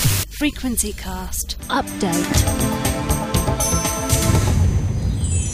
Frequency Cast Update.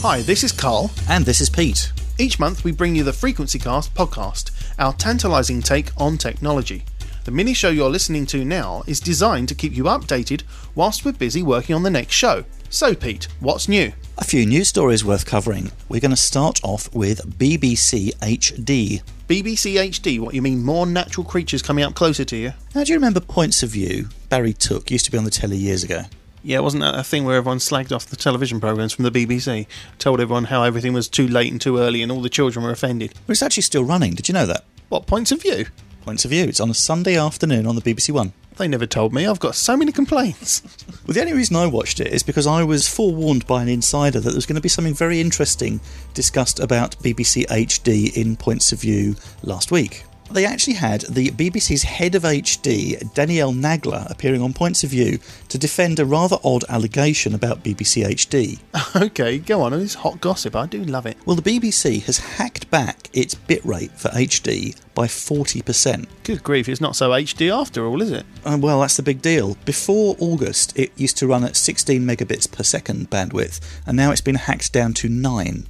Hi, this is Carl. And this is Pete. Each month we bring you the Frequency Cast podcast, our tantalizing take on technology. The mini show you're listening to now is designed to keep you updated whilst we're busy working on the next show. So, Pete, what's new? A few news stories worth covering. We're going to start off with BBC HD. BBC HD, what you mean more natural creatures coming up closer to you? Now, do you remember Points of View? Barry Took used to be on the telly years ago. Yeah, wasn't that a thing where everyone slagged off the television programmes from the BBC? Told everyone how everything was too late and too early and all the children were offended. But it's actually still running. Did you know that? What points of view? Points of View. It's on a Sunday afternoon on the BBC One. They never told me. I've got so many complaints. Well, the only reason I watched it is because I was forewarned by an insider that there was going to be something very interesting discussed about BBC HD in Points of View last week. They actually had the BBC's head of HD, Danielle Nagler, appearing on Points of View to defend a rather odd allegation about BBC HD. okay, go on. It's hot gossip. I do love it. Well, the BBC has hacked back its bitrate for HD by 40%. Good grief, it's not so HD after all, is it? Uh, well, that's the big deal. Before August, it used to run at 16 megabits per second bandwidth, and now it's been hacked down to 9.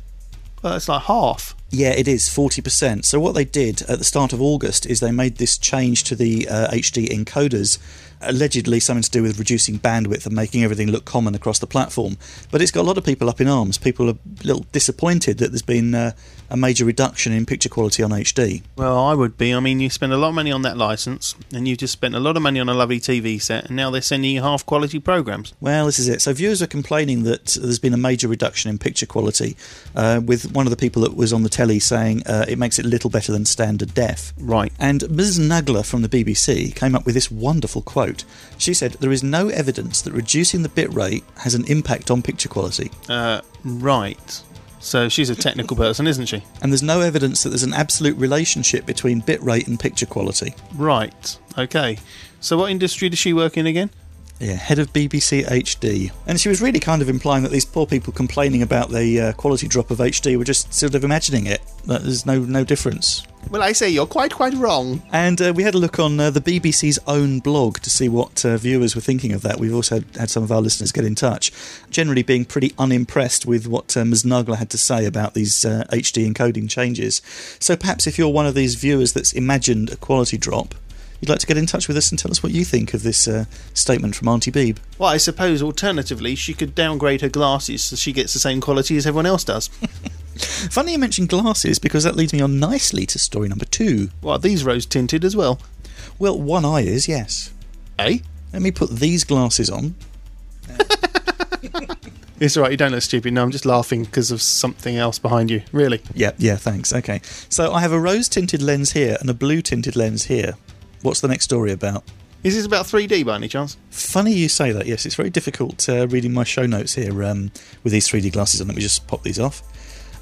Well, it's like half. Yeah, it is 40%. So, what they did at the start of August is they made this change to the uh, HD encoders, allegedly something to do with reducing bandwidth and making everything look common across the platform. But it's got a lot of people up in arms. People are a little disappointed that there's been uh, a major reduction in picture quality on HD. Well, I would be. I mean, you spend a lot of money on that license, and you just spent a lot of money on a lovely TV set, and now they're sending you half quality programs. Well, this is it. So viewers are complaining that there's been a major reduction in picture quality, uh, with one of the people that was on the telly saying uh, it makes it little better than standard def. Right. And Ms. Nagler from the BBC came up with this wonderful quote. She said, "There is no evidence that reducing the bit rate has an impact on picture quality, Uh, right. So she's a technical person, isn't she? and there's no evidence that there's an absolute relationship between bit rate and picture quality." Right. Okay. So what industry does she work in again? Yeah, head of BBC HD. And she was really kind of implying that these poor people complaining about the uh, quality drop of HD were just sort of imagining it. That there's no no difference. Well, I say you're quite, quite wrong. And uh, we had a look on uh, the BBC's own blog to see what uh, viewers were thinking of that. We've also had, had some of our listeners get in touch, generally being pretty unimpressed with what uh, Ms. Nagler had to say about these uh, HD encoding changes. So perhaps if you're one of these viewers that's imagined a quality drop, you'd like to get in touch with us and tell us what you think of this uh, statement from Auntie Beeb. Well, I suppose alternatively, she could downgrade her glasses so she gets the same quality as everyone else does. Funny you mentioned glasses because that leads me on nicely to story number two. Well, are these rose tinted as well? Well, one eye is, yes. Eh? Let me put these glasses on. It's all right. You don't look stupid. No, I'm just laughing because of something else behind you. Really. Yeah, yeah, thanks. Okay. So I have a rose tinted lens here and a blue tinted lens here. What's the next story about? Is this about 3D by any chance? Funny you say that, yes. It's very difficult uh, reading my show notes here um, with these 3D glasses on. Let me just pop these off.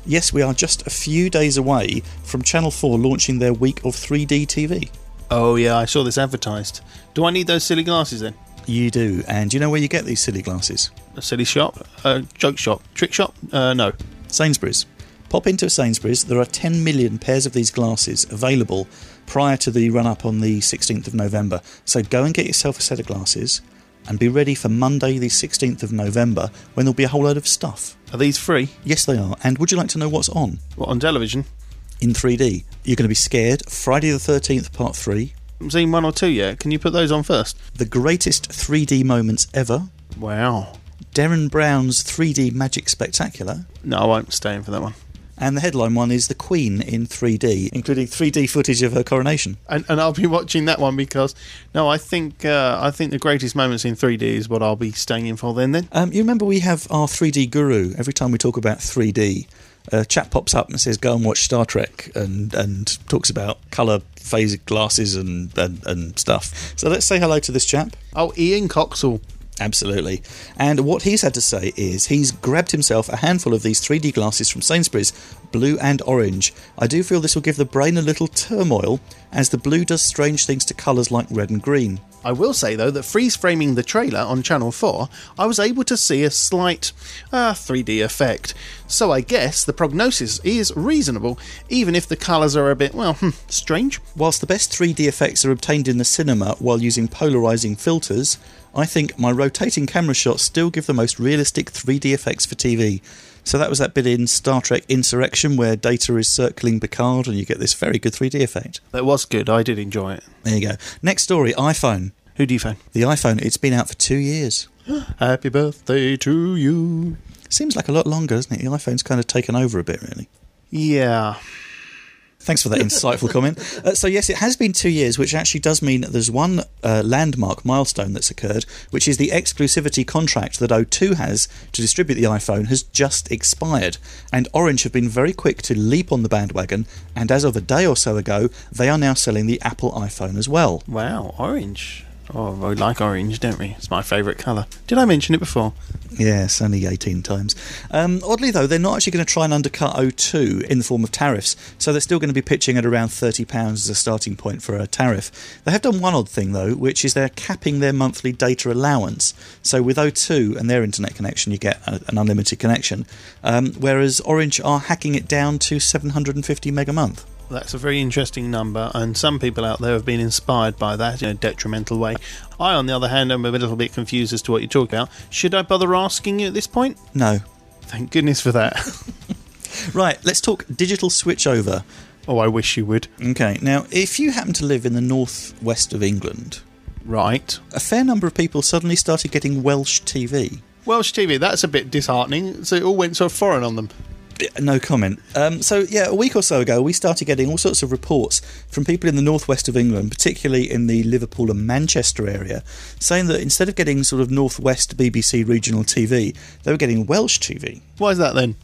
Yes, we are just a few days away from Channel 4 launching their week of 3D TV. Oh, yeah, I saw this advertised. Do I need those silly glasses then? You do. And do you know where you get these silly glasses? A silly shop? A joke shop? Trick shop? Uh, no. Sainsbury's. Pop into a Sainsbury's. There are 10 million pairs of these glasses available prior to the run up on the 16th of November. So go and get yourself a set of glasses and be ready for Monday, the 16th of November, when there'll be a whole load of stuff. Are these free? Yes, they are. And would you like to know what's on What, on television? in 3D? You're going to be scared. Friday, the 13th, part 3. I've seen one or two yet. Can you put those on first? The greatest 3D moments ever. Wow. Darren Brown's 3D Magic Spectacular. No, I won't stay in for that one. And the headline one is The Queen in 3D, including 3D footage of her coronation. And, and I'll be watching that one because no, I think uh, I think the greatest moments in 3D is what I'll be staying in for. Then, then Um, you remember we have our 3D guru. Every time we talk about 3D, a chap pops up and says, "Go and watch Star Trek," and and talks about color phase glasses and, and and stuff. So let's say hello to this chap. oh, Ian Coxall. Absolutely. And what he's had to say is he's grabbed himself a handful of these 3D glasses from Sainsbury's, blue and orange. I do feel this will give the brain a little turmoil, as the blue does strange things to colours like red and green. I will say though that freeze framing the trailer on Channel 4, I was able to see a slight uh, 3D effect. So I guess the prognosis is reasonable, even if the colours are a bit, well, hmm, strange. Whilst the best 3D effects are obtained in the cinema while using polarizing filters, I think my rotating camera shots still give the most realistic 3D effects for TV. So that was that bit in Star Trek Insurrection where Data is circling Picard and you get this very good 3D effect. That was good. I did enjoy it. There you go. Next story iPhone. Who do you phone? The iPhone, it's been out for two years. Happy birthday to you. Seems like a lot longer, doesn't it? The iPhone's kind of taken over a bit, really. Yeah. Thanks for that insightful comment. Uh, so, yes, it has been two years, which actually does mean that there's one uh, landmark milestone that's occurred, which is the exclusivity contract that O2 has to distribute the iPhone has just expired. And Orange have been very quick to leap on the bandwagon, and as of a day or so ago, they are now selling the Apple iPhone as well. Wow, orange. Oh, we like orange, don't we? It's my favourite colour. Did I mention it before? Yes, only 18 times. Um, oddly, though, they're not actually going to try and undercut O2 in the form of tariffs, so they're still going to be pitching at around £30 as a starting point for a tariff. They have done one odd thing, though, which is they're capping their monthly data allowance. So with O2 and their internet connection, you get a, an unlimited connection, um, whereas Orange are hacking it down to 750 meg a month. That's a very interesting number, and some people out there have been inspired by that in a detrimental way. I, on the other hand, am a little bit confused as to what you talk about. Should I bother asking you at this point? No. Thank goodness for that. Right, let's talk digital switchover. oh, I wish you would. Okay, now, if you happen to live in the northwest of England, Right. a fair number of people suddenly started getting Welsh TV. Welsh TV, that's a bit disheartening. So it all went sort of foreign on them. No comment. Um, so, yeah, a week or so ago, we started getting all sorts of reports from people in the northwest of England, particularly in the Liverpool and Manchester area, saying that instead of getting sort of northwest BBC regional TV, they were getting Welsh TV. Why is that then?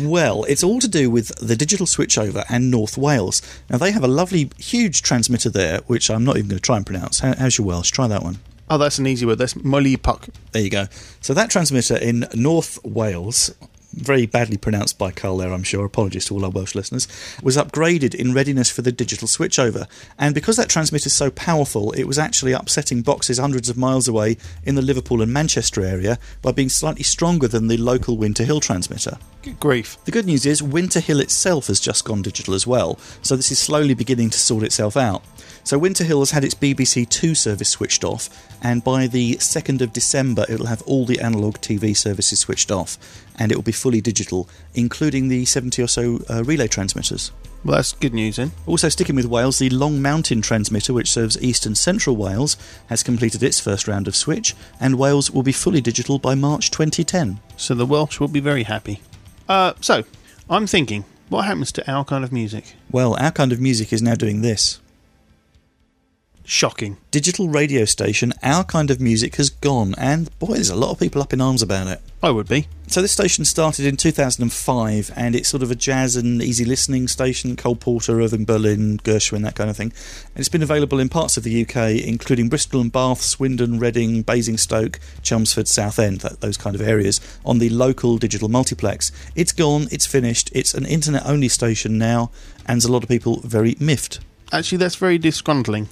Well, it's all to do with the digital switchover and North Wales. Now, they have a lovely, huge transmitter there, which I'm not even going to try and pronounce. How, how's your Welsh? Try that one. Oh, that's an easy word. That's Molly Puck. There you go. So that transmitter in North Wales, very badly pronounced by Carl there, I'm sure. Apologies to all our Welsh listeners. Was upgraded in readiness for the digital switchover, and because that transmitter is so powerful, it was actually upsetting boxes hundreds of miles away in the Liverpool and Manchester area by being slightly stronger than the local Winter Hill transmitter. Good grief. The good news is Winter Hill itself has just gone digital as well, so this is slowly beginning to sort itself out. So Winter Hill has had its BBC Two service switched off, and by the 2nd of December it'll have all the analogue TV services switched off, and it will be fully digital, including the 70 or so uh, relay transmitters. Well, that's good news then. Also, sticking with Wales, the Long Mountain transmitter, which serves east and central Wales, has completed its first round of switch, and Wales will be fully digital by March 2010. So the Welsh will be very happy. Uh, so, I'm thinking, what happens to our kind of music? Well, our kind of music is now doing this. Shocking. digital radio station, our kind of music has gone, and boy, there's a lot of people up in arms about it. I would be. So this station started in 2005, and it's sort of a jazz and easy listening station. Cole Porter, Irving Berlin, Gershwin, that kind of thing. And it's been available in parts of the UK, including Bristol and Bath, Swindon, Reading, Basingstoke, Chelmsford, Southend, that, those kind of areas, on the local digital multiplex. It's gone, it's finished, it's an internet-only station now, and there's a lot of people very miffed. Actually, that's very disgruntling.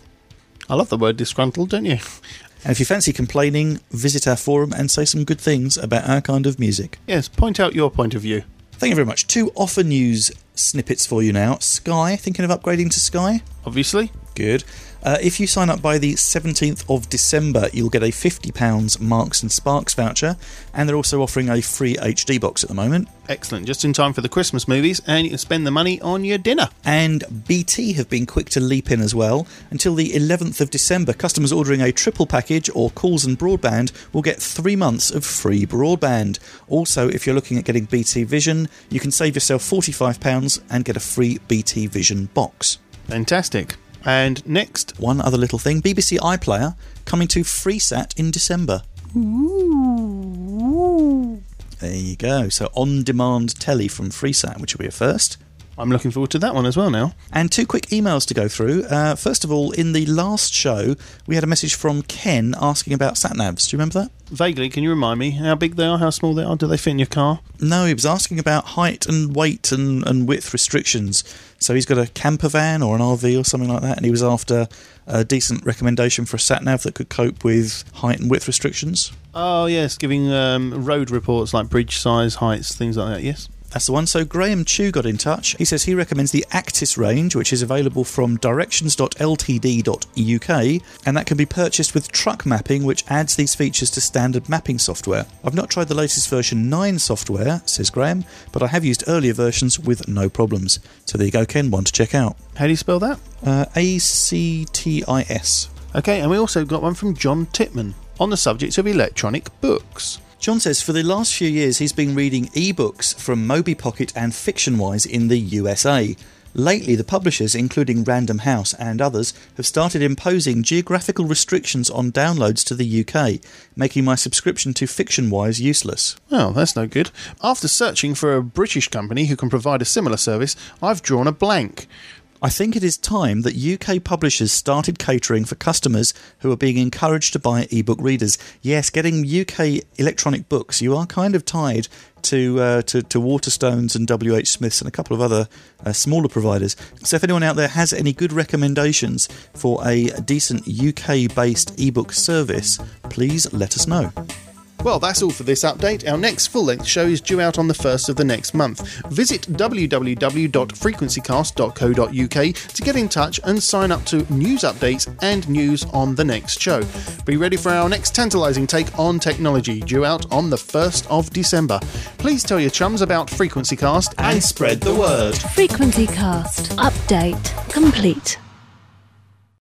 I love the word disgruntled, don't you? And if you fancy complaining, visit our forum and say some good things about our kind of music. Yes, point out your point of view. Thank you very much. Two offer news snippets for you now. Sky, thinking of upgrading to Sky? Obviously, Good. Uh, if you sign up by the 17th of December, you'll get a £50 Marks and Sparks voucher, and they're also offering a free HD box at the moment. excellent. Just in time for the Christmas movies, and you can spend the money on your dinner. And BT have been quick to leap in as well. Until the 11th of December, customers ordering a triple package or calls and broadband will get three months of free broadband. Also, if you're looking at getting BT Vision, you can save yourself £45 and get a free BT Vision box. Fantastic. And next, One other little thing BBC iPlayer coming to FreeSat in December. There you go. So on demand telly from FreeSat, which will be a first. I'm looking forward to that one as well now. And two quick emails to go through. Uh, first of all, in the last show, we had a message from Ken asking about sat navs. Do you remember that? Vaguely, can you remind me how big they are, how small they are? Do they fit in your car? No, he was asking about height and weight and, and width restrictions. So he's got a camper van or an RV or something like that, and he was after a decent recommendation for a sat nav that could cope with height and width restrictions. Oh, yes, giving um, road reports like bridge size, heights, things like that, yes. That's the one. So Graham Chew got in touch. He says he recommends the Actis range, which is available from directions.ltd.uk, and that can be purchased with truck mapping, which adds these features to standard mapping software. I've not tried the latest version 9 software, says Graham, but I have used earlier versions with no problems. So there you go, Ken, one to check out. How do you spell that? Uh, A C T I S. Okay, and we also got one from John Titman on the subject of electronic books. John says for the last few years he's been reading e-books from Moby Pocket and FictionWise in the USA. Lately, the publishers, including Random House and others, have started imposing geographical restrictions on downloads to the UK, making my subscription to FictionWise useless. Well, that's no good. After searching for a British company who can provide a similar service, I've drawn a blank. I think it is time that UK publishers started catering for customers who are being encouraged to buy ebook readers. Yes, getting UK electronic books, you are kind of tied to uh, to, to Waterstones and WH Smiths and a couple of other uh, smaller providers. So if anyone out there has any good recommendations for a decent UK-based ebook service, please let us know. Well, that's all for this update. Our next full length show is due out on the 1st of the next month. Visit www.frequencycast.co.uk to get in touch and sign up to news updates and news on the next show. Be ready for our next tantalising take on technology, due out on the 1st of December. Please tell your chums about Frequency Cast And spread the word. Frequency Cast. Update complete.